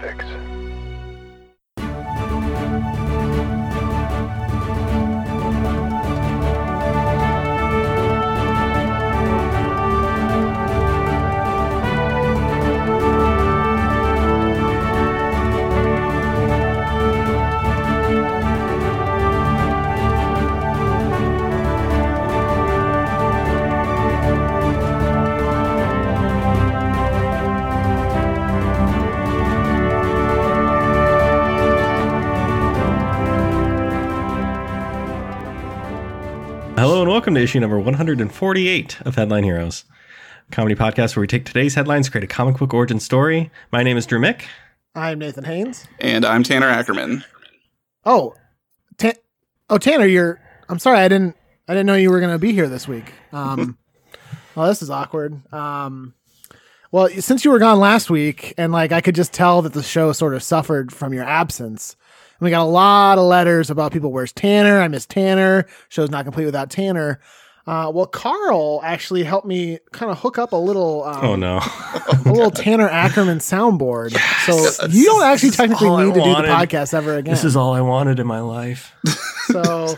Fix. Hello and welcome to issue number 148 of Headline Heroes, a comedy podcast where we take today's headlines, create a comic book origin story. My name is Drew Mick. I'm Nathan Haynes. And I'm Tanner Ackerman. Oh, Ta- oh Tanner, you're. I'm sorry, I didn't. I didn't know you were going to be here this week. Um, well, this is awkward. Um, well, since you were gone last week, and like I could just tell that the show sort of suffered from your absence. And we got a lot of letters about people. Where's Tanner? I miss Tanner. Show's not complete without Tanner. Uh, well, Carl actually helped me kind of hook up a little. Um, Oh no. a little Tanner Ackerman soundboard. So you don't actually technically all I need to do the wanted. podcast ever again. This is all I wanted in my life. so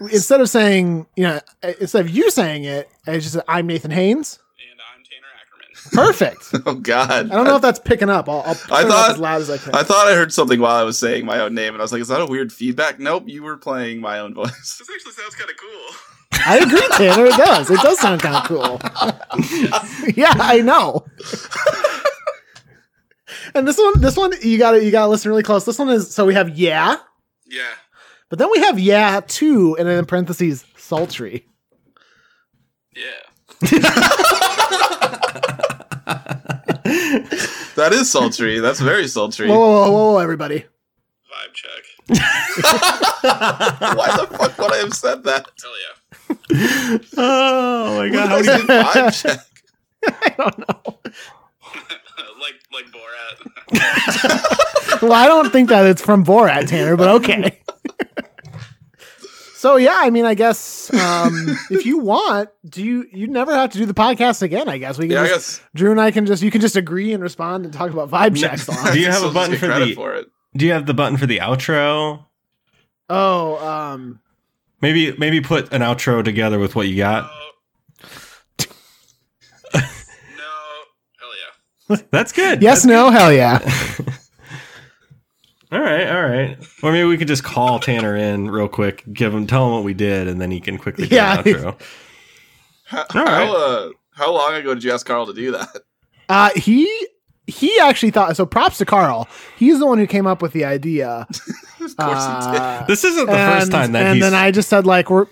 instead of saying, you know, instead of you saying it, it's just I'm Nathan Haynes. And I'm Tanner Ackerman. Perfect. Oh God. I don't know if that's picking up. I'll, I'll turn it up thought- as loud as I can. I thought I heard something while I was saying my own name, and I was like, "Is that a weird feedback?" Nope, you were playing my own voice. This actually sounds kind of cool. I agree, Tanner. It does. It does sound kind of cool. yeah, I know. and this one, this one, you got to you got to listen really close. This one is so we have yeah, Yeah, but then we have yeah too, and then in parentheses sultry. yeah. that is sultry. That's very sultry. Whoa, whoa, whoa, whoa, everybody. Vibe check. Why the fuck would I have said that? Hell yeah. Oh my How do god. you vibe check? I don't know. like like Borat. Well, I don't think that it's from Borat, Tanner, but okay. so yeah, I mean, I guess um, if you want, do you you never have to do the podcast again? I guess we can. Yeah, I just, guess. Drew and I can just you can just agree and respond and talk about vibe checks. a lot. Do you have a I'll just button get for credit the- for it? Do you have the button for the outro? oh, um, Maybe maybe put an outro together with what you got. No. Hell yeah. That's good. yes, no, hell yeah. All right, all right. Or maybe we could just call Tanner in real quick, give him tell him what we did, and then he can quickly do Yeah. an outro. How, All right. how, uh, how long ago did you ask Carl to do that? Uh, he he actually thought so. Props to Carl. He's the one who came up with the idea. Of course he did. Uh, This isn't the first time that and he's then I just said like we're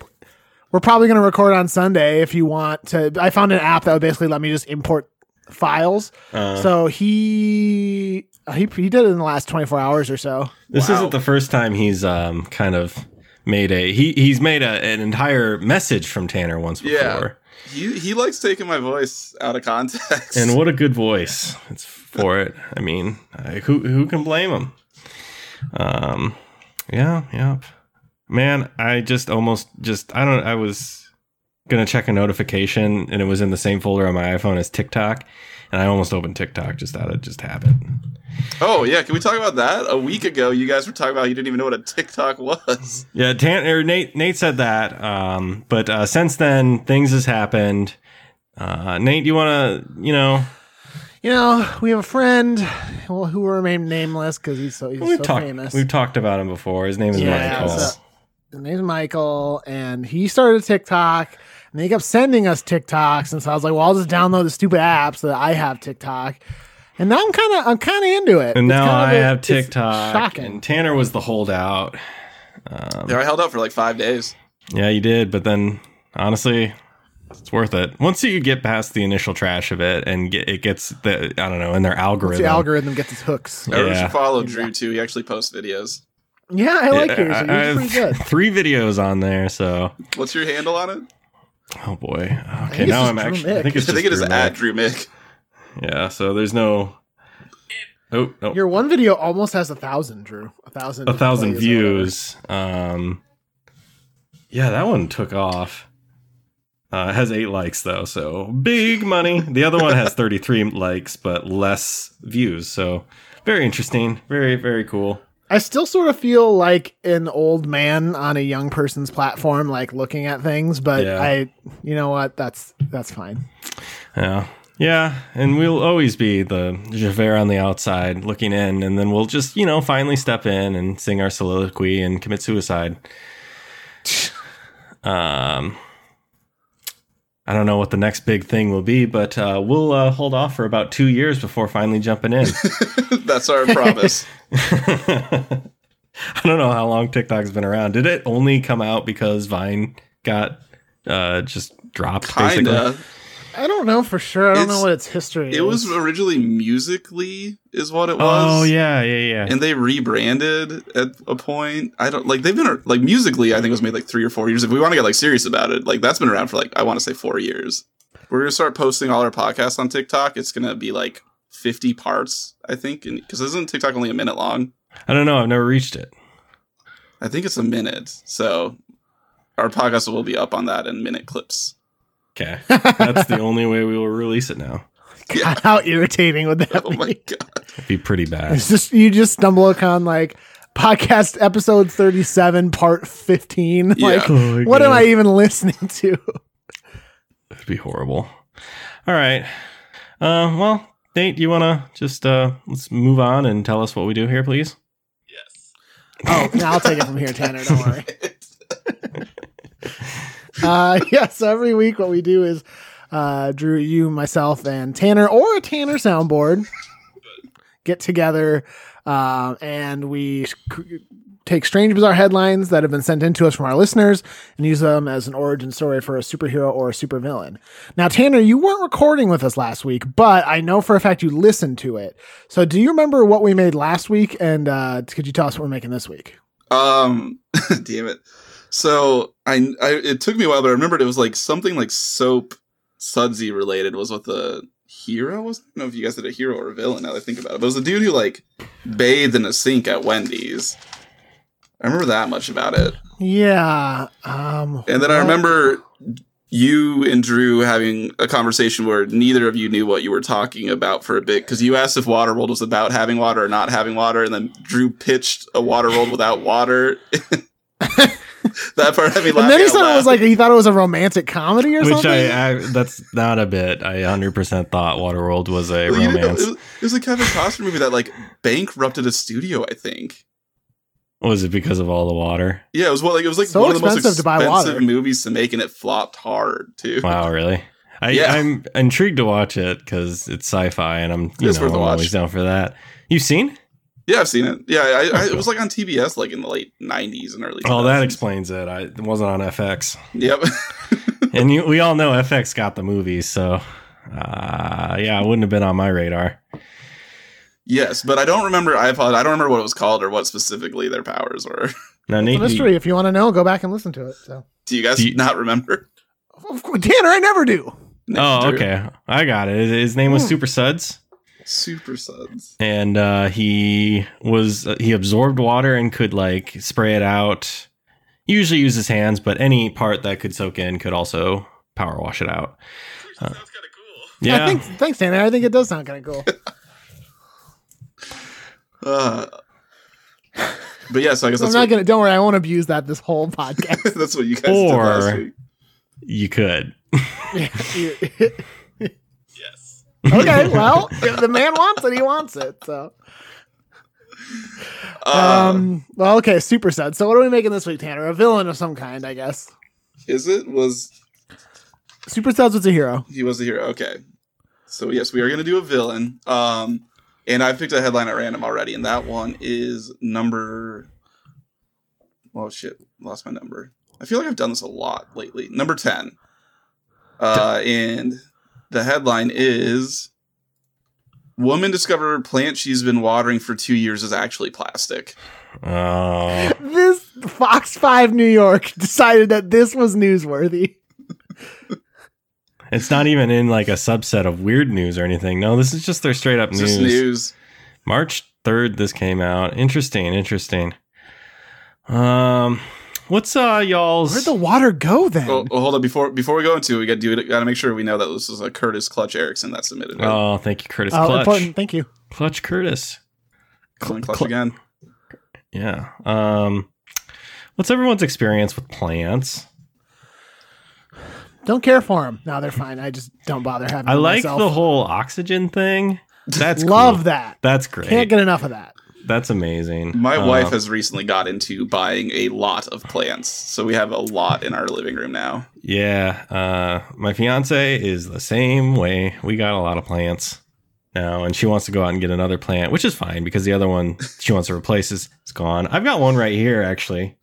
we're probably going to record on Sunday if you want to. I found an app that would basically let me just import files. uh, so he he he did it in the last 24 hours or so. This Wow. isn't the first time he's um kind of made a he he's made a, an entire message from Tanner once before. Yeah. He, he likes taking my voice out of context. And what a good voice it's for it. I mean, I, who who can blame him? Um yeah, yep. Man, I just almost just I don't I was going to check a notification and it was in the same folder on my iPhone as TikTok and I almost opened TikTok just out of just habit. oh, yeah. Can we talk about that? A week ago, you guys were talking about you didn't even know what a TikTok was. Yeah, Tan or Nate Nate said that. Um, but uh, since then, things has happened. Uh, Nate, do you want to, you know, You know, we have a friend well, who will remain nameless because he's so he's we've so talked famous. we've talked about him before. His name is Yeah, uh, Michael. so- His name's Michael, and he started TikTok, and he kept sending us TikToks, and so I was like, well, I'll just download the stupid app so that I have TikTok. And now I'm kind of I'm kind of into it. and It's now kind I of a- have it's TikTok. Shocking. And Tanner was the holdout. Um, Yeah, I held out for like five days. yeah, you did, but then honestly, it's worth it. Once you get past the initial trash of it, and get, it gets the I don't know in their Once algorithm. the algorithm gets its hooks. Yeah. Everyone should follow Drew, too. He actually posts videos. Yeah, I like yours. I- I Yours is have pretty good. Three videos on there, so What's your handle on it? oh boy. Okay, it's now just I'm Drew actually. I Mick. think I it's just think it is Drew at Mick. Drew Mick. Yeah, so there's no. Oh, no. Your one video almost has a thousand, Drew. A thousand. A thousand plays or whatever. views. Um, yeah, that one took off. Uh, it has eight likes though, so big money. The other one has 33 likes but less views, so very interesting. Very very cool. I still sort of feel like an old man on a young person's platform, like looking at things. But Yeah. I, you know what? That's that's fine. Yeah. Yeah, and we'll always be the Javert on the outside looking in, and then we'll just, you know, finally step in and sing our soliloquy and commit suicide. Um, I don't know what the next big thing will be, but uh, we'll uh, hold off for about two years before finally jumping in. That's our promise. I don't know how long TikTok's been around. Did it only come out because Vine got uh, just dropped? basically? Kinda. I don't know for sure. I don't know It's- what its history. It is. was originally musically, is what it was. Oh yeah, yeah, yeah. and they rebranded at a point. I don't like they've been like musically. I think it was made like three or four years. If we want to get like serious about it, like that's been around for like I want to say four years. We're gonna start posting all our podcasts on TikTok. It's gonna be like fifty parts, I think, because isn't TikTok only a minute long? I don't know. I've never reached it. I think it's a minute. So our podcast will be up on that in minute clips. Okay. That's the only way we will release it now. God, how irritating would that Oh be? my god! It'd be pretty bad. It's just you just stumble upon like podcast episode thirty seven, part fifteen. Yeah. Like, Oh what am I even listening to? It'd be horrible. All right. Uh, well, Nate, you want to just uh, let's move on and tell us what we do here, please? Oh, no, I'll take it from here, Tanner. Don't worry. Uh, yeah, so every week what we do is uh, Drew, you, myself, and Tanner or a Tanner soundboard get together uh, and we cr- take strange, bizarre headlines that have been sent in to us from our listeners and use them as an origin story for a superhero or a supervillain. Now, Tanner, you weren't recording with us last week, but I know for a fact you listened to it. So do you remember what we made last week? And uh, could you tell us what we're making this week? Um, damn it. So I, I, it took me a while, but I remembered it was like something like soap sudsy related was what the hero was. I don't know if you guys did a hero or a villain. Now that I think about it, but it was a dude who like bathed in a sink at Wendy's. I remember that much about it, Yeah. Um, and then I well- remember you and Drew having a conversation where neither of you knew what you were talking about for a bit because you asked if Waterworld was about having water or not having water, and then Drew pitched a Waterworld without water. that part had me laughing. And then he out said it was loud. like he thought it was a romantic comedy or Which something. I, I that's not a bit. I 100% thought Waterworld was a Well, you didn't know- romance. It was, it was a Kevin Costner movie that like bankrupted a studio, I think. Was it because of all the water? Yeah, it was what like it was like So one of the most expensive to buy expensive water. movies to make, and it flopped hard too. Wow, really? I, Yeah. I'm intrigued to watch it because it's sci-fi, and I'm you It's know worth a I'm always watch. down for that. You've seen? Yeah, I've seen it. Yeah, I, I, Okay. it was like on TBS like in the late '90s and early. Oh, that 2000s. explains it. I it wasn't on FX, Yep. and you, we all know FX got the movie, so uh, yeah, it wouldn't have been on my radar. yes, but I don't remember. I apologize. I don't remember what it was called or what specifically their powers were. Now, It's Nate, a you- mystery. If you want to know, go back and listen to it. So, Do you guys Do you- not remember? of course, Tanner, I never do. oh, Drew. okay, I got it. His- His name was Hmm. Super Suds, Super Suds. and uh, he was uh, he absorbed water and could like spray it out. Usually use his hands, but any part that could soak in could also power wash it out. Uh, sounds kind of cool. Yeah, I think, thanks, Tanner. I think it does sound kind of cool. Uh, but yeah, so I guess I'm that's not what, gonna. Don't worry, I won't abuse that this whole podcast. that's what you guys did Or- last week. you could. okay, Yes. well, if the man wants it, he wants it. So, um, um, well, okay, super sad. So, what are we making this week, Tanner? A villain of some kind, I guess. is it was Super Suds was a hero. he was the hero? Okay, so yes, we are going to do a villain. Um, and I picked a headline at random already, and that one is number. Oh shit, lost my number. I feel like I've done this a lot lately. Number ten, uh, and the headline is: "Woman discover plant she's been watering for two years is actually plastic." Oh, This Fox Five New York decided that this was newsworthy. it's not even in like a subset of weird news or anything. No, this is just their straight up It's news. just news. March third, this came out. Interesting, interesting. Um, what's uh y'all's? Where'd the water go then? Oh, Well, well, Oh, hold on before before we go into it, we got to do it. Got to make sure we know that Uh, this is a Curtis Clutch Erickson that submitted. it. oh, thank you, Curtis Oh, Clutch. important. Thank you. Clutch Curtis. Coming Cl- clutch again. Yeah. Um, what's everyone's experience with plants? Don't care for them. No, they're fine. I just don't bother having. I them like myself. the whole oxygen thing. That's love cool. that. That's great. Can't get enough of that. That's amazing. My Uh, wife has recently got into buying a lot of plants, so we have a lot in our living room now. Yeah, uh, my fiance is the same way. We got a lot of plants now, and she wants to go out and get another plant, which is fine because the other one she wants to replace is it's gone. I've got one right here actually.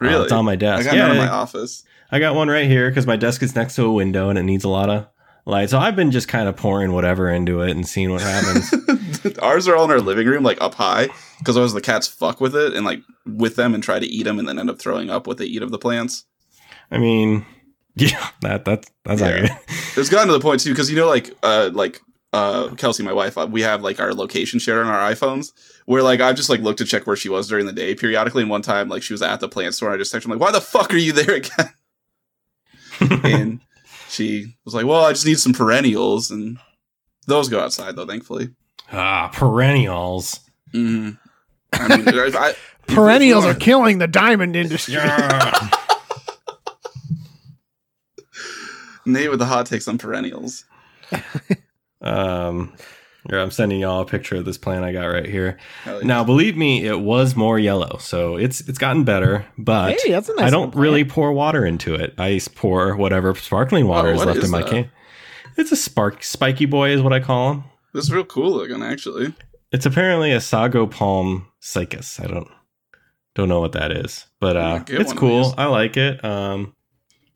Uh, Really? it's on my I desk. got yeah, none in my office. I got one right here because my desk is next to a window and it needs a lot of light. So I've been just kind of pouring whatever into it and seeing what happens. Ours are all in our living room, like up high, because always the cats fuck with it and like with them and try to eat them and then end up throwing up what they eat of the plants. I mean, yeah, that that's that's Yeah. not good. It's gotten to the point too, because you know, like, uh, like uh, Kelsey, my wife, uh, we have like our location share on our iPhones, where like I've just like looked to check where she was during the day periodically. And one time, like she was at the plant store, and I just texted her like, "Why the fuck are you there again?" and she was like, "Well, I just need some perennials, and those go outside though, thankfully." ah, perennials. hmm I mean, if I, if Perennials you are want- killing the diamond industry. Yeah. Nate with the hot takes on perennials. Um, here, I'm sending y'all a picture of this plant I got right here. Hell yeah. Now, believe me, it was more yellow, so it's it's gotten better. But Hey, that's a nice I little don't plant. really pour water into it. I s- pour whatever sparkling water Oh, is what left is in my that? can. It's a spark spiky boy, is what I call him. This is real cool looking, actually. It's apparently a sago palm cycas. I don't don't know what that is, but Yeah, uh, get it's one of cool. these. I like it. Um,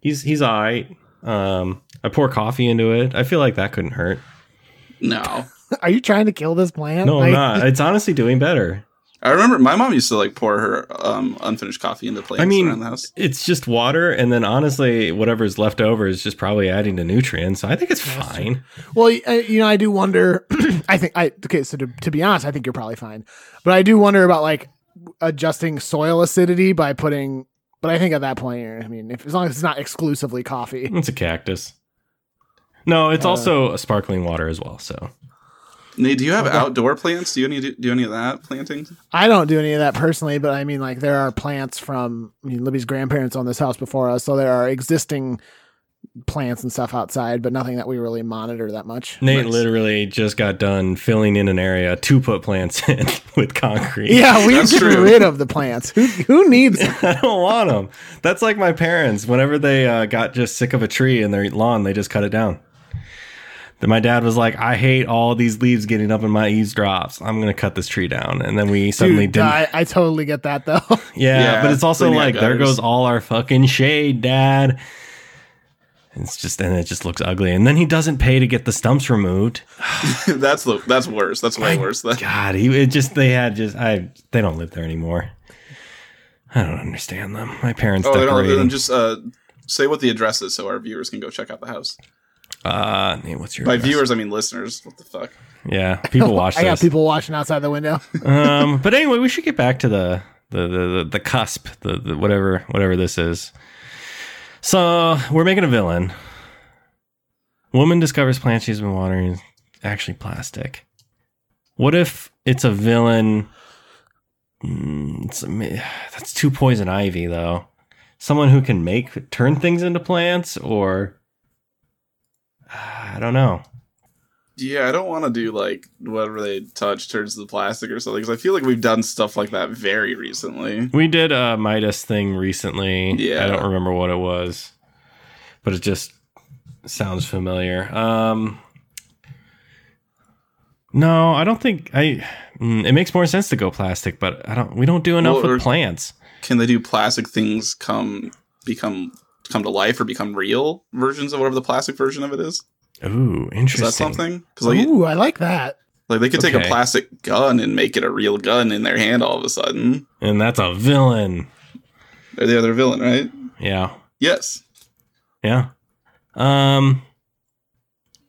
he's he's alright. Um, I pour coffee into it. I feel like that couldn't hurt. No. Are you trying to kill this plant? No, I'm Like, not. It's honestly doing better. I remember my mom used to like pour her um, unfinished coffee into plants I mean- around the house. It's just water, and then honestly, whatever's left over is just probably adding to nutrients. So I think it's Yeah, that's fine. Well, y- uh, you know, I do wonder. I think I okay. So to, to be honest, I think you're probably fine, but I do wonder about like adjusting soil acidity by putting. But I think at that point, you're- I mean, if as long as it's not exclusively coffee, It's a cactus. No, it's Uh, also a sparkling water as well. So Nate, do you have Okay. outdoor plants? Do you any do, do any of that planting? I don't do any of that personally. But I mean, like there are plants from I mean, Libby's grandparents on this house before us, so there are existing plants and stuff outside, but nothing that we really monitor that much. Nate Nice. literally just got done filling in an area to put plants in with concrete. Yeah, we've That's getting true. rid of the plants. Who who needs? I don't want them. That's like my parents. Whenever they uh, got just sick of a tree in their lawn, they just cut it down. Then my dad was like, "I hate all these leaves getting up in my eavesdrops. I'm gonna cut this tree down." And then we suddenly Dude, didn't. I, I totally get that though. Yeah, Yeah, but it's also cleaning out like there gutters. goes all our fucking shade, Dad. It's just and it just looks ugly. And then he doesn't pay to get the stumps removed. that's the that's worse. That's way I- worse. That, God, he it just they had just I they don't live there anymore. I don't understand them. My parents oh, they don't, decorating. then just uh, say what the address is so our viewers can go check out the house. uh, Nate, what's your By address? viewers, I mean listeners. What the fuck? Yeah, people watch I got this. people watching outside the window. um, but anyway, we should get back to the the the, the, the cusp, the, the whatever whatever this is. So we're making a villain. Woman discovers plant she's been watering is actually plastic. What if it's a villain? Mm, it's, that's too poison ivy though. Someone who can make turn things into plants, or I don't know. Yeah, I don't want to do like whatever they touch turns to plastic or something because I feel like we've done stuff like that very recently. We did a Midas thing recently. Yeah. I don't remember what it was, but it just sounds familiar. Um, no, I don't think I. mm, It makes more sense to go plastic, but I don't. We don't do enough Well, or- with plants. Can they do plastic things come become come to life or become real versions of whatever the plastic version of it is? Ooh, Is interesting. that something? Because like Ooh, I like that. Like they could take Okay. a plastic gun and make it a real gun in their hand all of a sudden. And that's a villain. They're the other villain, right? Yeah, Yes. yeah. Um.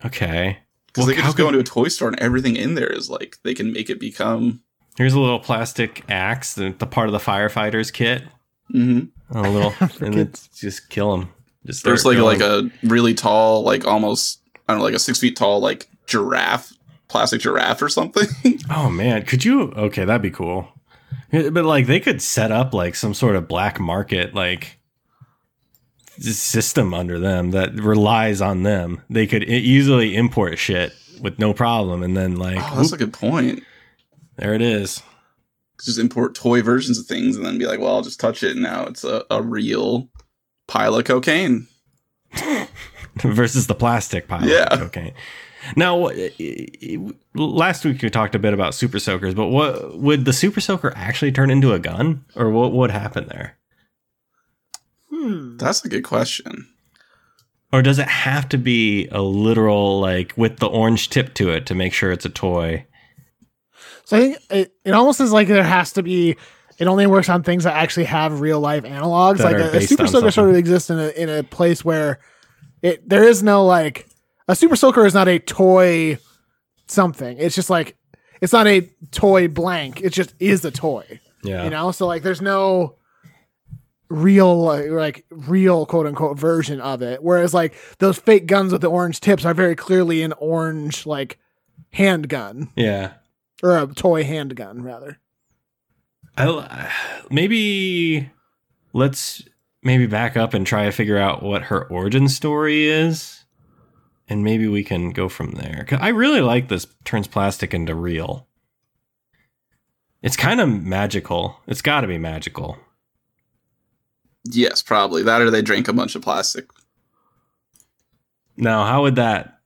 Okay. Because Well, they could how just go into a toy store and everything in there is like they can make it become Here's a little plastic axe, the, the part of the firefighters kit. Mhm. A little, and then Forget- just kill him. Just there's start like killing like a really tall, like almost I don't know, like a six feet tall like giraffe plastic giraffe or something. Oh man, could you? Okay, that'd be cool. Yeah, But like, they could set up like some sort of black market like s- system under them that relies on them. They could e- easily import shit with no problem, and then like, oh, that's whoop, a good point. there it is. Just import toy versions of things and then be like, well, I'll just touch it and now it's a, a real pile of cocaine. versus the plastic pile Yeah. of cocaine. Now, uh, last week we talked a bit about super soakers, but what would the super soaker actually turn into a gun, or what would happen there, Hmm. That's a good question. or does it have to be a literal like with the orange tip to it to make sure it's a toy? So I think it, it almost is like there has to be. It only works on things that actually have real life analogs. That like are a, a based super on soaker sort something. of exists in a in a place where it there is no like a super soaker is not a toy something. It's just like it's not a toy blank. It just is a toy. Yeah, You know. So like there's no real like, like real quote unquote version of it. Whereas like those fake guns with the orange tips are very clearly an orange like handgun yeah. or a toy handgun rather. I l- maybe let's maybe back up and try to figure out what her origin story is, and maybe we can go from there. 'Cause I really like this turns plastic into real. It's kind of magical. It's got to be magical. Yes, probably. That or they drank a bunch of plastic. Now, how would that?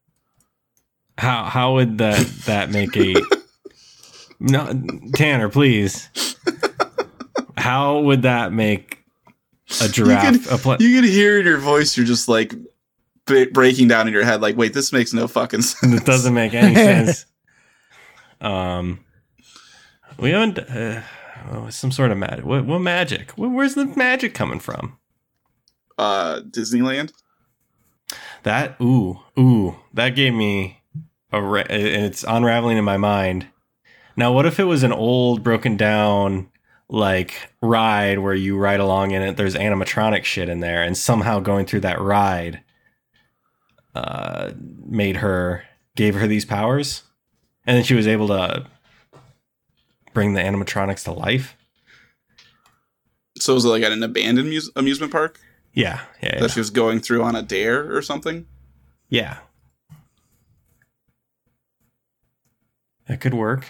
How how would that that make a? no, Tanner, please. How would that make a giraffe? a pla- You can hear in your voice, you're just like b- breaking down in your head, like, wait, this makes no fucking sense. It doesn't make any sense. Um, we haven't uh, oh, some sort of magic. What, what magic? Where, where's the magic coming from? Uh, Disneyland? That ooh ooh that gave me a ra- and it's unraveling in my mind. Now, what if it was an old, broken down like ride where you ride along in it? There's animatronic shit in there, and somehow going through that ride, uh, made her gave her these powers, and then she was able to bring the animatronics to life. So was it like at an abandoned muse- amusement park Yeah, yeah, yeah. that she was going through on a dare or something? yeah. That could work.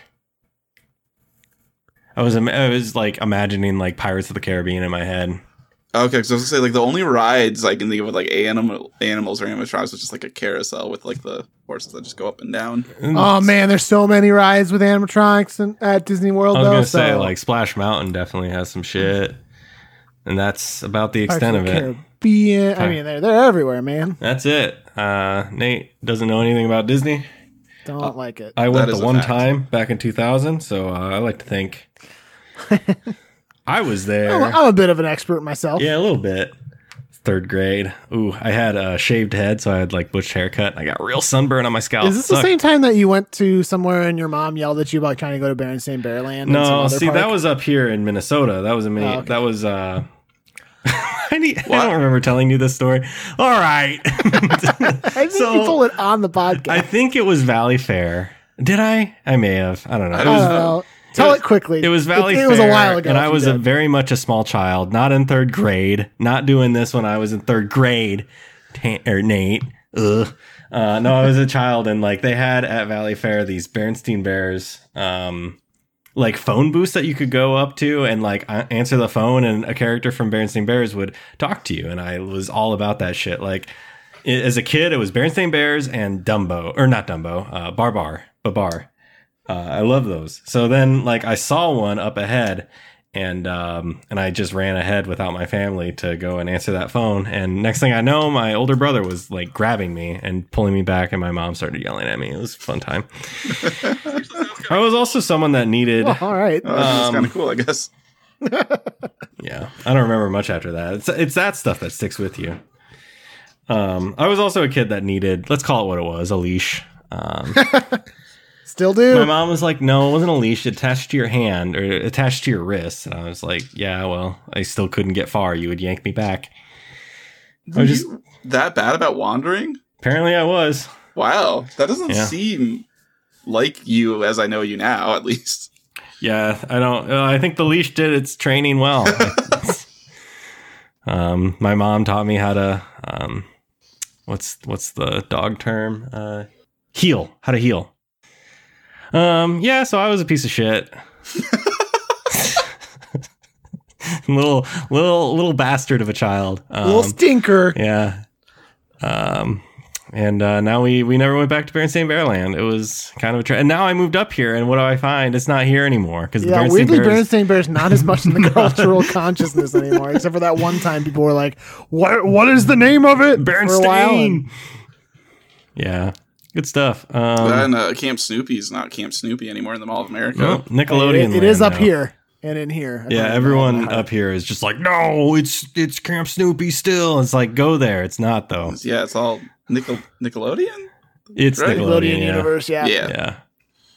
I was im- I was like imagining like Pirates of the Caribbean in my head. Okay, because I was gonna say like the only rides I can think of with like animal animals or animatronics was just like a carousel with like the horses that just go up and down. Mm. Oh man, there's so many rides with animatronics and, at Disney World I was though. gonna so say like Splash Mountain definitely has some shit, and that's about the Pirates extent of the it. Caribbean. I Okay. mean, they're they're everywhere, man. That's it. Uh, Nate doesn't know anything about Disney. Don't Uh, like it. I That went is the a one fact. time back in 2000, so uh, I like to think I was there. I'm, I'm a bit of an expert myself. Yeah, a little bit. Third grade. Ooh, I had a shaved head, so I had like butch haircut. and I got real sunburn on my scalp. Is this the Sucked. same time that you went to somewhere and your mom yelled at you about trying to go to Berenstain Bearland? and some No, other see, that park? was up here in Minnesota. That was a mini. Oh, okay. That was. uh I, need, I What? don't remember telling you this story. All right. I think so- you told it on the podcast. I think it was Valley Fair. Did I? I may have. I don't know. I It I was, don't know. Tell was- it quickly. it was Valley It, Fair. it was a while ago. and if I you was a did. very much a small child, not in third grade, not doing this when I was in third grade. Ta- or Nate. Ugh. Uh, no, I was a child, and like they had at Valley Fair these Bernstein Bears, um, like phone booths that you could go up to and like a- answer the phone, and a character from Bernstein Bears would talk to you, and I was all about that shit. Like i- as a kid, it was Bernstein Bears and Dumbo, or not Dumbo, uh, Barbar, Babar. Uh, I love those. So then, like, I saw one up ahead, and um, and I just ran ahead without my family to go and answer that phone. And next thing I know, my older brother was like grabbing me and pulling me back, and my mom started yelling at me. It was a fun time. I was also someone that needed. Well, Oh, all right. Uh, that's Um, kind of cool, I guess. Yeah, I don't remember much after that. It's it's that stuff that sticks with you. Um, I was also a kid that needed. Let's call it what it was: a leash. Um, Still my do. mom was like, "No, it wasn't a leash attached to your hand or attached to your wrist." And I was like, "Yeah, well, I still couldn't get far. You would yank me back." I Were was just you that bad about wandering? apparently I was. Wow, that doesn't Yeah. seem like you as I know you now, at least. Yeah, I don't. Uh, I think the leash did its training well. um, my mom taught me how to. Um, what's what's the dog term? Uh, heal. How to heal. Um, yeah. So I was a piece of shit. little little little bastard of a child. Um, Little stinker. yeah. Um, and uh, now we we never went back to Berenstain Bearland. It was kind of a tra- and now I moved up here, and what do I find? It's not here anymore because the Yeah, Berenstain weirdly, Bears- Berenstain Bears not as much in the cultural consciousness anymore, except for that one time people were like, "What? What is the name of it?" For a while, and- Berenstain. Yeah, good stuff. Um, That and uh, Camp Snoopy's not Camp Snoopy anymore in the Mall of America. no, it- oh, Nickelodeon. it is land up now. here and in here. I Yeah, don't everyone know. up here is just like, no, it's it's Camp Snoopy still. It's like, go there. It's not though. Yeah, it's all Nickel Nickelodeon. It's Right. Nickelodeon. Nickelodeon yeah. universe. Yeah, yeah, Yeah. yeah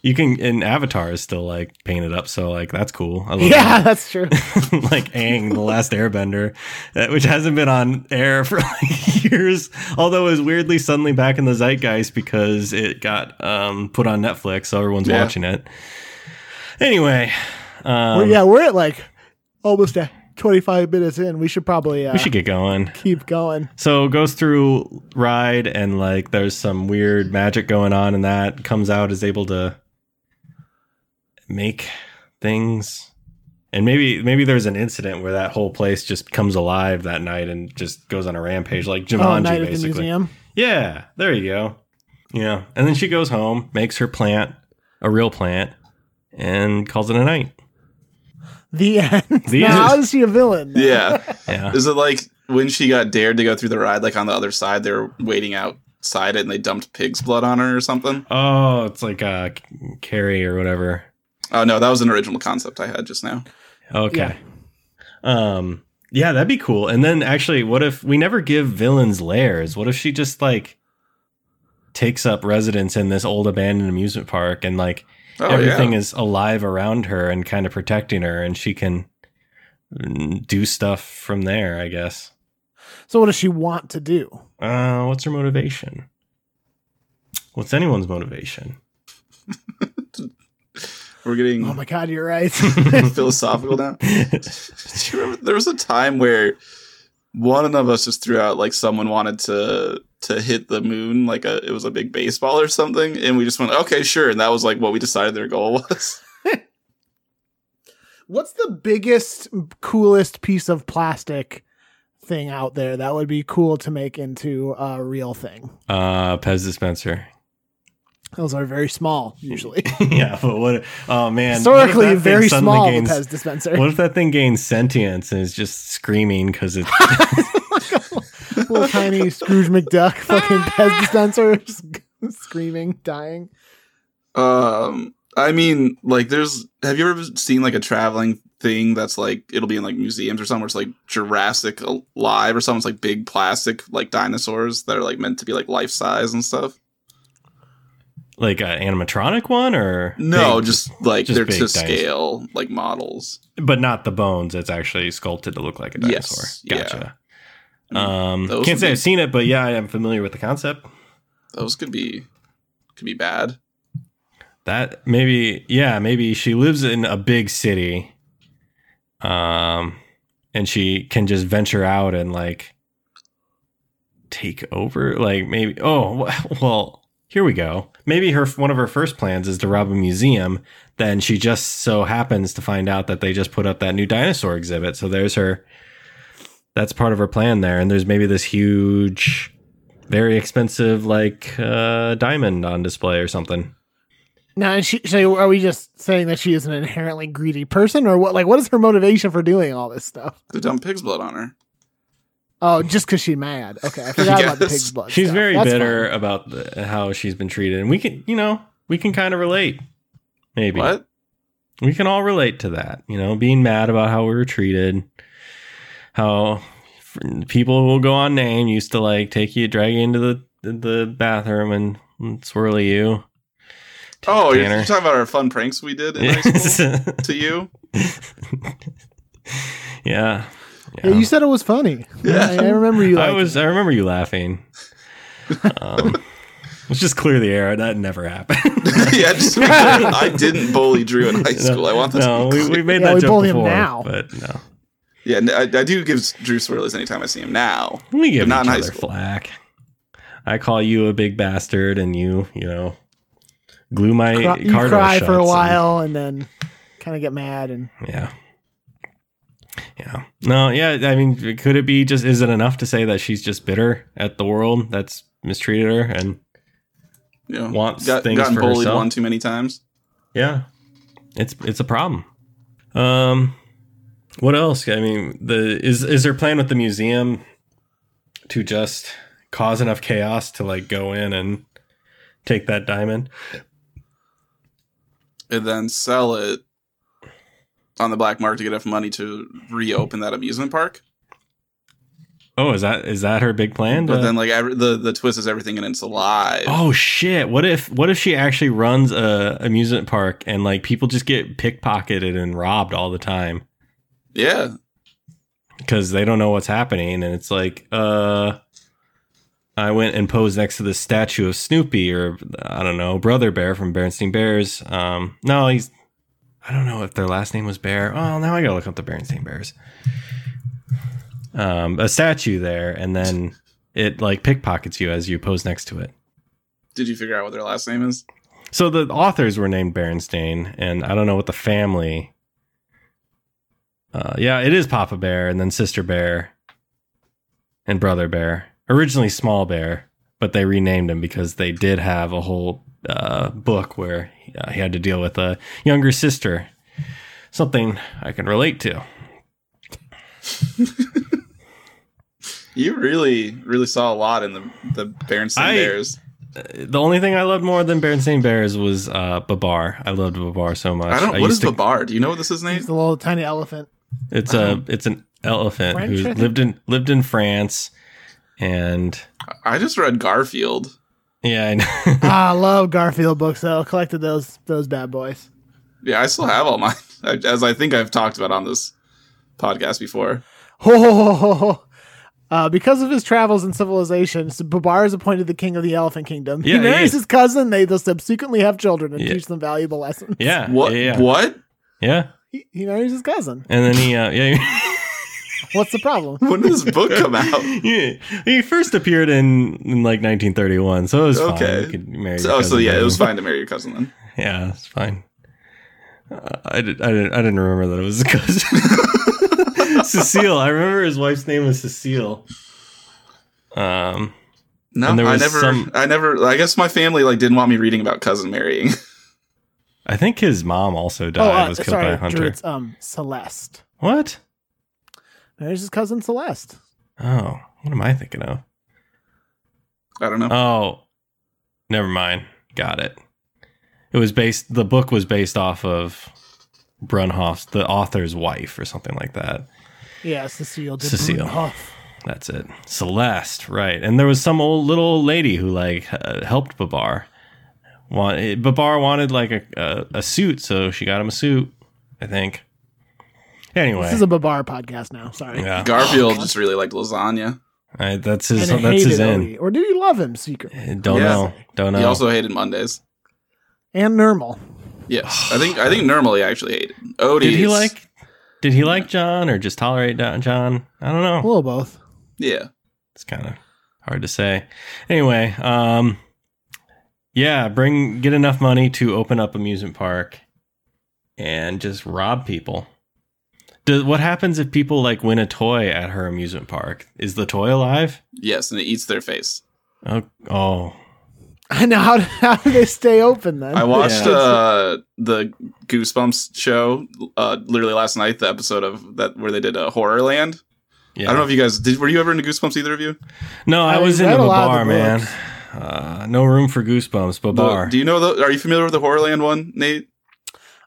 you can and avatar is still like painted up so like that's cool I love that's true. that. like Aang, the last airbender, that- which hasn't been on air for like years, although it was weirdly suddenly back in the zeitgeist because it got um, put on Netflix, so everyone's Yeah. watching it. Anyway, um, Well, yeah, we're at like almost at 25 minutes in. We should probably uh, we should get going. keep going. So it goes through ride and like there's some weird magic going on and that comes out is able to make things and maybe maybe there's an incident where that whole place just comes alive that night and just goes on a rampage like Oh, Jumanji night at the basically. museum. yeah, there you go. Yeah. And then she goes home, makes her plant a real plant and calls it a night. The end. The now, end. how is she a villain? Yeah. Yeah. Is it like when she got dared to go through the ride, like on the other side, they were waiting outside it and they dumped pig's blood on her or something? Oh, it's like uh Carrie or whatever. Oh, no, that was an original concept I had just now. Okay. Yeah. Um yeah, that'd be cool. And then actually, what if we never give villains lairs? What if she just like takes up residence in this old abandoned amusement park and like Oh, everything yeah. is alive around her and kind of protecting her and she can mm, do stuff from there, I guess. So, what does she want to do? Uh what's her motivation? What's anyone's motivation? We're getting Oh my God, you're right. Uh, philosophical now. Do you remember there was a time where one of us just threw out like someone wanted to to hit the moon like a it was a big baseball or something and we just went okay sure and that was like what we decided their goal was What's the biggest, coolest piece of plastic thing out there that would be cool to make into a real thing? uh Pez dispenser. Those are very small, usually. yeah, but what oh man. what if that Historically, thing very suddenly small, gains- the Pez dispenser. What if that thing gains sentience and is just screaming because it's Little tiny Scrooge McDuck fucking Pez dispenser just screaming, dying. um i mean like there's have you ever seen like a traveling thing that's like it'll be in like museums or somewhere it's like jurassic alive or something's like big plastic like dinosaurs that are like meant to be like life size and stuff like an animatronic one or no big, just like just they're big to dinosaur. scale like models but not the bones. It's actually sculpted to look like a dinosaur. Yes, yeah. gotcha. I Um, those can't would say be- I've seen it, but yeah, I am familiar with the concept. those could be could be bad That maybe, yeah, maybe she lives in a big city, um, and she can just venture out and like take over. Like maybe, oh, wh- well, here we go. Maybe her one of her first plans is to rob a museum. Then she just so happens to find out that they just put up that new dinosaur exhibit. So there's her. That's part of her plan there, and there's maybe this huge, very expensive like uh, diamond on display or something. Now, is she, so are we just saying that she is an inherently greedy person, or what? Like, what is her motivation for doing all this stuff? to dump pig's blood on her. Oh, just because she's mad. Okay, I forgot about the Yes. pig's blood. She's stuff. very That's bitter about the, how she's been treated, and we can, you know, we can kind of relate. Maybe What? we can all relate to that. You know, being mad about how we were treated, how f- people who will go on name used to like take you, drag you into the the bathroom and, and swirly you. Oh, you're, Tanner. you're talking about our fun pranks we did in high Yes. school to you? yeah. Yeah, you said it was funny. Yeah. uh, I, I remember you. Like, I was. I remember you laughing. Um, Let's just clear the air. That never happened. yeah, just, I didn't bully Drew in high school. I want this. no, to be we, clear. we made Yeah, that we joke bully him before, now. but no, yeah, I, I do give Drew swirlies anytime I see him now. we give But not each in high other school. flack. I call you a big bastard, and you, you know, glue my Cry- car you door cry for shut, a so- while and then kind of get mad and Yeah. Yeah. No, yeah. I mean, could it be just, is it enough to say that she's just bitter at the world that's mistreated her? And You know, Wants things gotten for bullied herself. one too many times. yeah, it's, it's a problem. Um, what else? I mean, the, is, is there plan with the museum to just cause enough chaos to like go in and take that diamond? and then sell it on the black market to get enough money to reopen that amusement park. Oh, is that, is that her big plan? But to- then, like every, the the twist is everything and it's alive. uh, Oh shit! What if what if she actually runs a amusement park and like people just get pickpocketed and robbed all the time Yeah, because they don't know what's happening and it's like uh, I went and posed next to the statue of Snoopy or I don't know Brother Bear from Berenstain Bears. Um, no, he's I don't know if their last name was Bear. Oh, now I gotta look up the Berenstain Bears. Um, a statue there, and then it like pickpockets you as you pose next to it. did you figure out what their last name is? So the authors were named Berenstain, and I don't know what the family. Uh, yeah, it is Papa Bear, and then Sister Bear, and Brother Bear. Originally Small Bear, but they renamed him because they did have a whole uh, book where uh, he had to deal with a younger sister. Something I can relate to. You really, really saw a lot in the the Berenstain I- Bears. The only thing I loved more than Berenstain Bears was uh, Babar. I loved Babar so much. I don't. what used is to- Babar? Do you know what this is, Nate? he's the little tiny elephant. It's a it's an elephant French, who I think. lived in lived in France, and I just read Garfield. yeah, I know. ah, I love Garfield books though. Collected those those bad boys. Yeah, I still have all mine, as I think I've talked about on this podcast before. Ho ho ho ho. ho. Uh, because of his travels and civilization, so Babar is appointed the king of the Elephant Kingdom. Yeah, he he marries is. his cousin. They they'll subsequently have children and Yeah. teach them valuable lessons. yeah, What? yeah, yeah, What? yeah. He, he marries his cousin. And then he uh, yeah, What's the problem? When did this book come out? he, he first appeared in, in like 1931, so it was Okay. fine. You could marry your So, oh, so cousin yeah, it then. was fine to marry your cousin then. yeah, it's fine. Uh, I did, I didn't I didn't remember that it was a cousin. Cecile, I remember his wife's name was Cecile. Um, No, And there I was never. some- I never. I guess my family like didn't want me reading about cousin marrying. I think his mom also died. uh, was killed sorry, by a hunter. Drew, it's um Celeste. what? Marries his cousin Celeste. Oh, what am I thinking of? I don't know. Oh, never mind. Got it. It was based. The book was based off of Brunhoff's, the author's wife, or something like that. Yeah, Cecile. Oh, de Cecile. Brunnhoff. That's it. Celeste, right? And there was some old little old lady who like uh, helped Babar. Want, Babar wanted like a, a a suit, so she got him a suit. I think. Anyway, This is a Babar podcast now. Sorry. yeah, Garfield just really liked lasagna. I, that's And his. it That's his hated end. Odie. Or did he love him secretly? Don't Yeah. know. Don't know. He also hated Mondays. And Normal. Yes, I think I think normally I actually hated Odie. did he like did he like john or just tolerate Don- john i don't A know little both. Yeah, it's kind of hard to say anyway um yeah bring get enough money to open up amusement park and just rob people Do, what happens if people like win a toy at her amusement park is the toy alive yes, and it eats their face. oh oh I know how do, how do they stay open then? I watched Yeah. uh, the Goosebumps show uh, literally last night. The episode of that where they did a Horrorland. yeah I don't know if you guys did. Were you ever into Goosebumps? Either of you? no i, I was into read the a lot bar of the man books. uh, no room for goosebumps but The- bar do you know? The, are you familiar with the Horrorland one, Nate?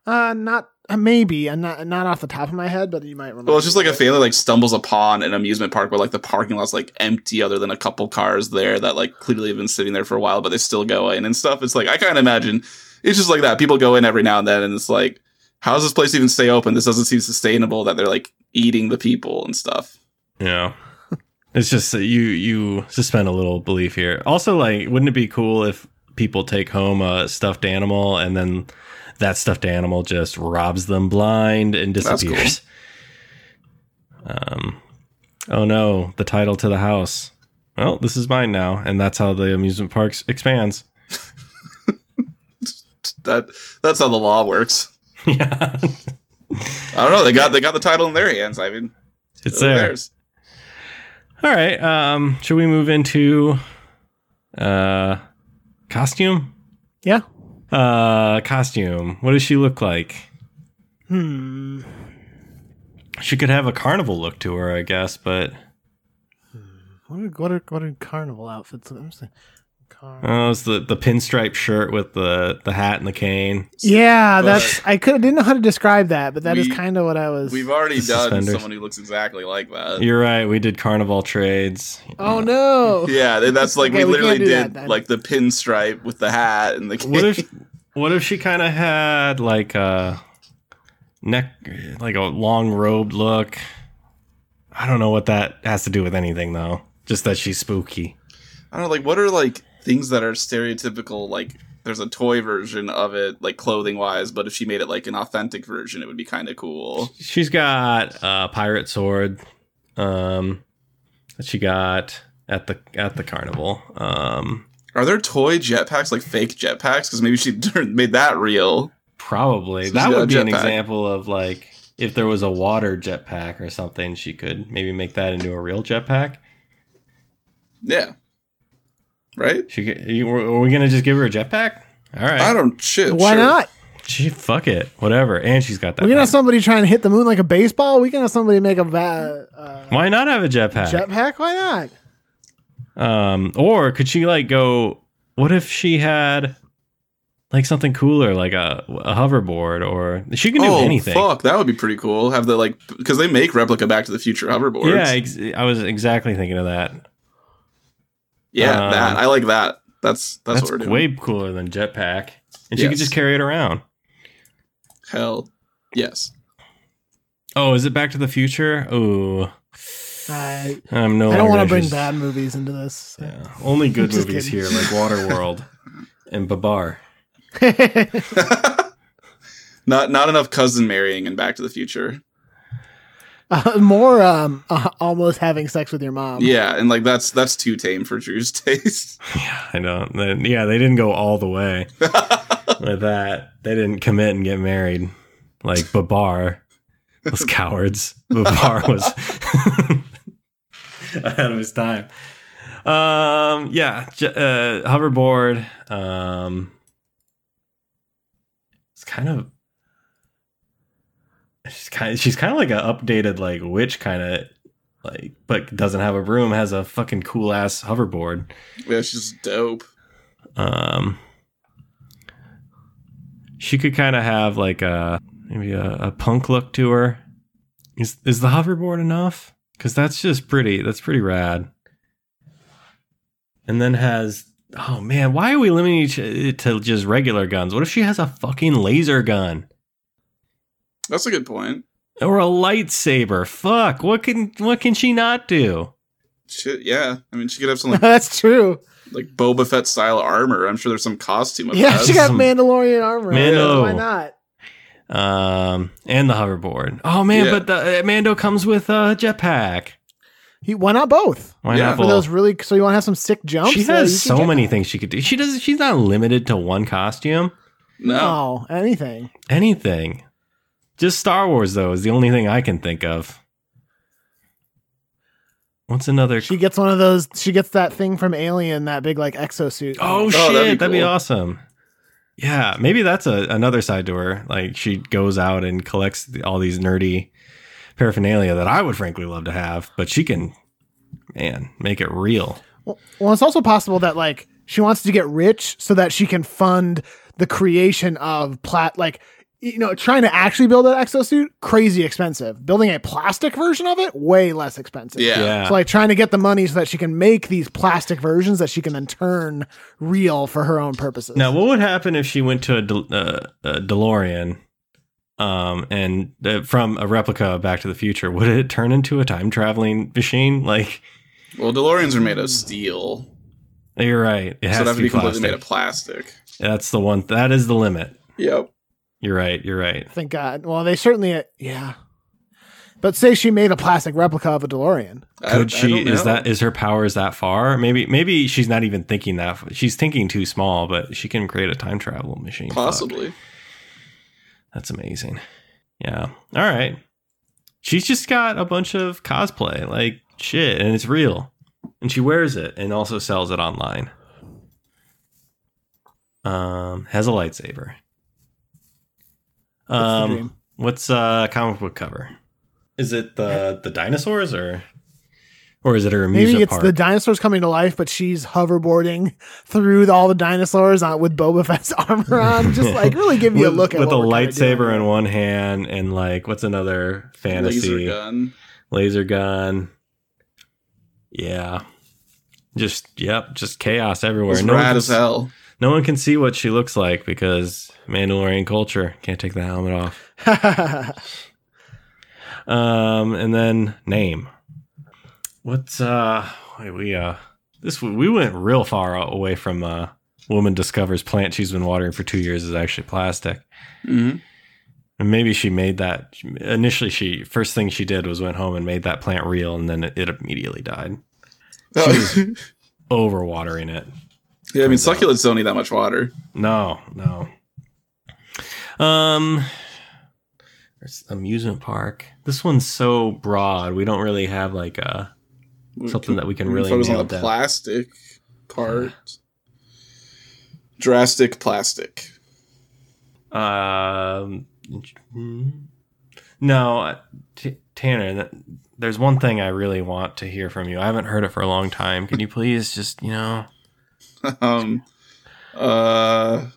Uh, not uh, maybe. I'm not not off the top of my head, but you might remember. Well, it's just like a family like stumbles upon an amusement park where like the parking lot's like empty, other than a couple cars there that like clearly have been sitting there for a while, but they still go in and stuff. It's like I kind of imagine it's just like that. People go in every now and then, and it's like, how does this place even stay open? This doesn't seem sustainable that they're like eating the people and stuff. yeah It's just that you you suspend a little belief here. Also, like, wouldn't it be cool if people take home a stuffed animal and then that stuffed animal just robs them blind and That's cool. disappears? Um, oh no, the title to the house. Well, this is mine now, and that's how the amusement park expands. That that's how the law works. yeah, I don't know. They got they got the title in their hands. I mean, it's who there. cares? All right. Um, should we move into uh costume? Yeah. Uh, costume. What does she look like? Hmm. She could have a carnival look to her, I guess, but What are what are what are carnival outfits? I'm saying, car- oh, it's the the pinstripe shirt with the the hat and the cane. yeah, But that's I could didn't know how to describe that, but that is We- kind of what I was. We've already The done suspenders. someone who looks exactly like that. You're right. We did carnival trades. oh no! Yeah, th- that's like Okay, we we can't literally do that did then. like the pinstripe with the hat and the What cane. if what if she kind of had like a neck like a long robed look? I don't know what that has to do with anything though. Just that she's spooky. I don't know, like what are like things that are stereotypical like there's a toy version of it like clothing wise, but if she made it like an authentic version, it would be kind of cool. She's got a pirate sword um that she got at the at the carnival. Um Are there toy jetpacks like fake jetpacks? Because maybe she turned, made that real. Probably. So that she's got would a be an jetpack. example of like if there was a water jetpack or something, she could maybe make that into a real jetpack. Yeah, right. She could, you- are we gonna just give her a jetpack? All right. I don't shit. Why sure. not? She fuck it, whatever. And she's got that. We can have pack. somebody try and hit the moon like a baseball. We can have somebody make a va- uh, Why not have a jetpack? jetpack. Why not? um, or could she like go? What if she had like something cooler, like a, a hoverboard, or she can do oh anything. fuck, that would be pretty cool. Have the like because they make replica Back to the Future hoverboards. Yeah, ex- I was exactly thinking of that. yeah, Um, that I like that. That's that's, That's, what we're doing. way cooler than jetpack, and she could Yes. just carry it around. Hell, yes. Oh, is it Back to the Future? Ooh, I, I'm no. I don't want want to bring bad movies into this. Yeah, only good Just movies kidding. here, like Waterworld and Babar. not not enough cousin marrying in Back to the Future. Uh, more um, uh, almost having sex with your mom. yeah, and like that's that's too tame for Drew's taste. Yeah, I don't. They, yeah, they didn't go all the way with that. They didn't commit and get married like Babar. Those cowards. Babar was ahead of his time. Um, yeah, j- uh, hoverboard. Um, it's kind of. She's kind. Of, she's kind of like an updated like witch kind of like, but doesn't have a broom. Has a fucking cool ass hoverboard. yeah, she's dope. Um, she could kind of have like a maybe a, a punk look to her. Is is the hoverboard enough? Because that's just pretty. That's pretty rad. And then has oh man, why are we limiting each- it to just regular guns? What if she has a fucking laser gun That's a good point. or a lightsaber? Fuck, what can what can she not do? Shit, yeah. I mean, she could have some like, That's true. like Boba Fett style armor. I'm sure there's some costume of Yeah, that. she got Some- Mandalorian armor. Mando. Why not? Um, and the hoverboard. Oh man, Yeah. but the uh, Mando comes with a jetpack. He, why not both? Why Yeah. not For both? those really, so you want to have some sick jumps? she Yeah, you has can so get many that. things she could do. She does. She's not limited to one costume. no. No, Oh, anything. Anything. Just Star Wars though is the only thing I can think of. What's another? She gets one of those. She gets that thing from Alien, that big like exosuit. oh, shit! that'd be That'd be, cool. awesome. Yeah, maybe that's a, another side to her. Like she goes out and collects all these nerdy paraphernalia that I would frankly love to have, but she can, man, make it real. Well, well, it's also possible that like she wants to get rich so that she can fund the creation of plat like you know trying to actually build an exosuit crazy expensive building a plastic version of it way less expensive Yeah. so like trying to get the money so that she can make these plastic versions that she can then turn real for her own purposes Now, what would happen if she went to a, De- uh, a DeLorean um, and uh, from a replica of Back to the Future? Would it turn into a time traveling machine? Like, Well, DeLoreans are made of steel, You're right. It has so it to have be, completely plastic. made of plastic. That's the one. That is the limit. Yep. You're right. You're right. Thank God. Well, they certainly, uh, yeah. But say she made a plastic replica of a DeLorean. I- I Could she? don't Is know. that is her power? Is that far? Maybe. Maybe she's not even thinking that. f- She's thinking too small, but she can create a time travel machine. Fuck. possibly? That's amazing. Yeah. All right. She's just got a bunch of cosplay, like shit, and it's real. And she wears it and also sells it online. Um, has a lightsaber. That's the Um, dream. what's uh comic book cover? Is it the the dinosaurs or or is it her amusement Maybe it's park? the dinosaurs coming to life, but she's hoverboarding through the- all the dinosaurs on, with Boba Fett's armor on. Just like really give you a With- look at with a what we're kinda doing lightsaber here. in one hand and like what's another fantasy Laser gun. laser gun. Yeah. Just yep, just chaos everywhere. It's no, one rad can, as hell. no one can see what she looks like because Mandalorian culture can't take the helmet off. Um, and then name. What's uh? Wait, we uh, this we went real far away from uh. Woman discovers plant she's been watering for two years is actually plastic. hmm And maybe she made that initially. She first thing she did was went home and made that plant real, and then it, it immediately died. overwatering it. Oh, yeah, I mean Turns out. succulents don't need that much water. No, no. Um, there's amusement park. This one's so broad. We don't really have like a We Something that we can really focus nail on the down. plastic part. Drastic plastic. um. No, uh, T- Tanner. That, there's one thing I really want to hear from you. I haven't heard it for a long time. Can you please just you know? um, uh,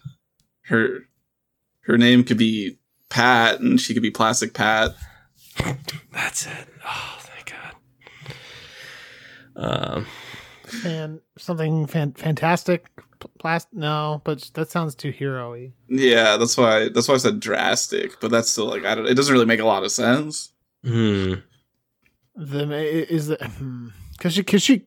her her name could be Pat, and she could be Plastic Pat. That's it. Oh, thank God. Um. Fan, something fan, fantastic. P- Plast- no, but that sounds too hero-y. Yeah, that's why that's why I said drastic, but that's still like I don't. It doesn't really make a lot of sense. Hmm. The ma- is the because she can she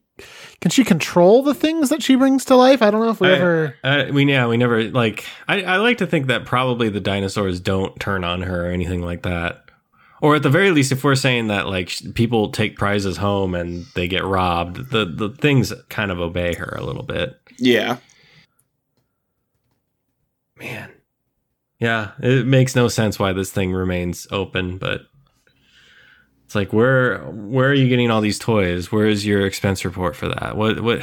can she control the things that she brings to life? I don't know if we I- ever. Uh, we yeah we never like I, I like to think that probably the dinosaurs don't turn on her or anything like that or at the very least if we're saying that like sh- people take prizes home and they get robbed the the things kind of obey her a little bit Yeah, man yeah it makes no sense why this thing remains open but it's like where where are you getting all these toys where is your expense report for that what what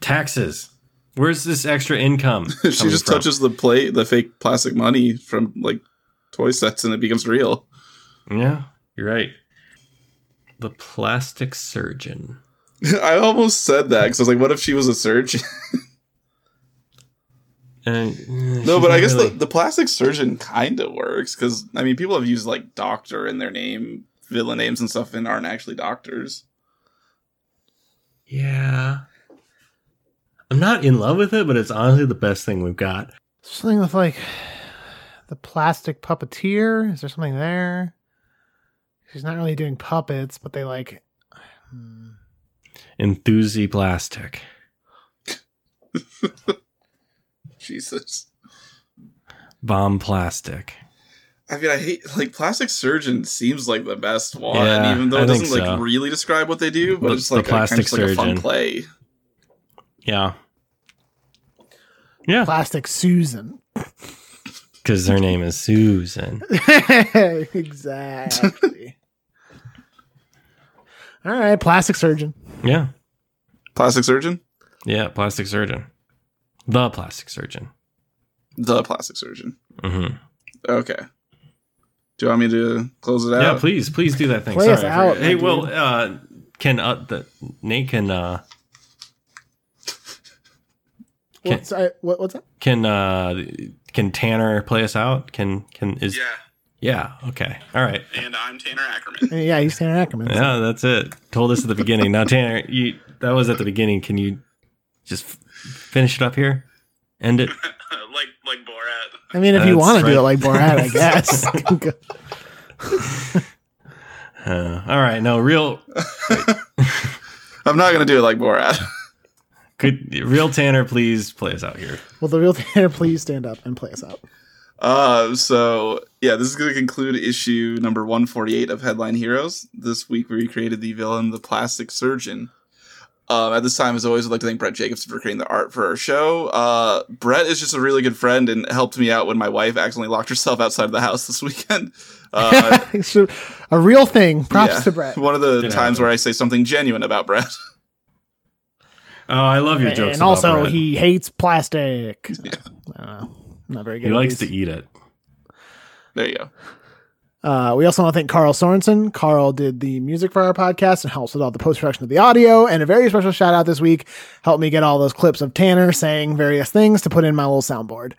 taxes where's this extra income she coming just from? touches the plate, the fake plastic money from like toy sets, and it becomes real. Yeah, you're right. The plastic surgeon. I almost said that because I was like, what if she was a surgeon? And no, but I guess the, the plastic surgeon kind of works because I mean, people have used like doctor in their name, villain names, and stuff, and aren't actually doctors. yeah. I'm not in love with it, but it's honestly the best thing we've got. Something with like the plastic puppeteer. Is there something there? She's not really doing puppets, but they like. hmm. Enthusi plastic. Jesus. Bomb plastic. I mean, I hate like plastic surgeon seems like the best one, Yeah, even though I it doesn't think like so. really describe what they do, but The- it's the like a, kind plastic of just, like a fun surgeon. play. Yeah. Yeah. Plastic Susan. Because her name is Susan. exactly. All right, plastic surgeon. Yeah. Plastic surgeon, Yeah. Plastic surgeon. The plastic surgeon. the plastic surgeon. Mm-hmm. Okay. Do you want me to close it out? Yeah, please, please do that thing. Play Sorry, us I out, forgot. Hey, my well, dude. uh, can uh, the Nate can uh, Okay. What's, I, what, what's that? can uh can Tanner play us out? Can can is yeah, okay. All right. and I'm Tanner Ackerman. Yeah, he's Tanner Ackerman. Yeah, that's it. Told us at the beginning. Now Tanner, you that was at the beginning. Can you just f- finish it up here? End it. like like Borat. I mean, if That's you want to right. do it like Borat, I guess. Uh, all right. No, real I'm not gonna do it like Borat. Could real Tanner please play us out here? Will the real Tanner please stand up and play us out? Uh, so yeah, this is going to conclude issue number 148 of Headline Heroes. This week we created the villain, the Plastic Surgeon. Um, at this time, as always, I'd like to thank Brett Jacobs for creating the art for our show. Uh, Brett is just a really good friend and helped me out when my wife accidentally locked herself outside of the house this weekend. Uh, So, a real thing. Props yeah, to Brett. One of the Did times happen. where I say something genuine about Brett. Oh, I love your jokes. And about also, Brett. he hates plastic. Yeah. I don't know. Not very good. he at likes these. to eat it. There you go. Uh, we also want to thank Carl Sorensen. Carl did the music for our podcast and helps with all the post production of the audio. And a very special shout out this week helped me get all those clips of Tanner saying various things to put in my little soundboard.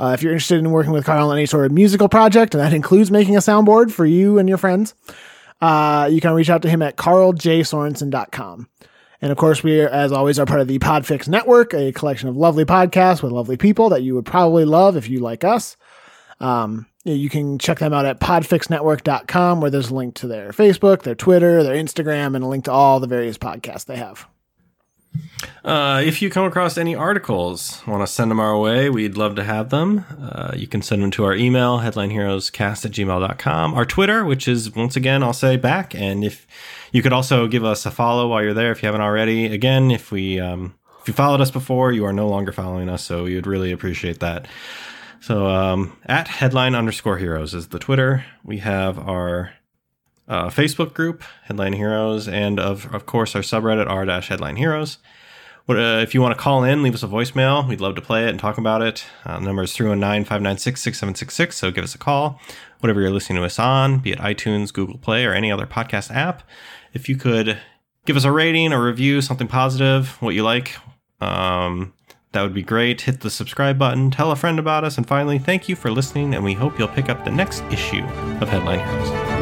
Uh, if you're interested in working with Carl on any sort of musical project, and that includes making a soundboard for you and your friends, uh, you can reach out to him at carljsorensen.com. And of course, we, as always, are part of the Podfix Network, a collection of lovely podcasts with lovely people that you would probably love if you like us. Um, you can check them out at podfixnetwork.com, where there's a link to their Facebook, their Twitter, their Instagram, and a link to all the various podcasts they have. Uh, if you come across any articles, want to send them our way, we'd love to have them. Uh, you can send them to our email, headlineheroescast at gmail.com, our Twitter, which is once again, I'll say back. And if you could also give us a follow while you're there if you haven't already. Again, if we um, if you followed us before, you are no longer following us, so we would really appreciate that. So um, at headline underscore heroes is the Twitter. We have our uh, Facebook group, Headline Heroes, and of of course our subreddit r dash Headline Heroes. What, uh, if you want to call in, leave us a voicemail. We'd love to play it and talk about it. Uh, the number is 319 596 6766, so give us a call. Whatever you're listening to us on, be it iTunes, Google Play, or any other podcast app, if you could give us a rating, a review, something positive, what you like, um, that would be great. Hit the subscribe button, tell a friend about us, and finally, thank you for listening, and we hope you'll pick up the next issue of Headline Heroes.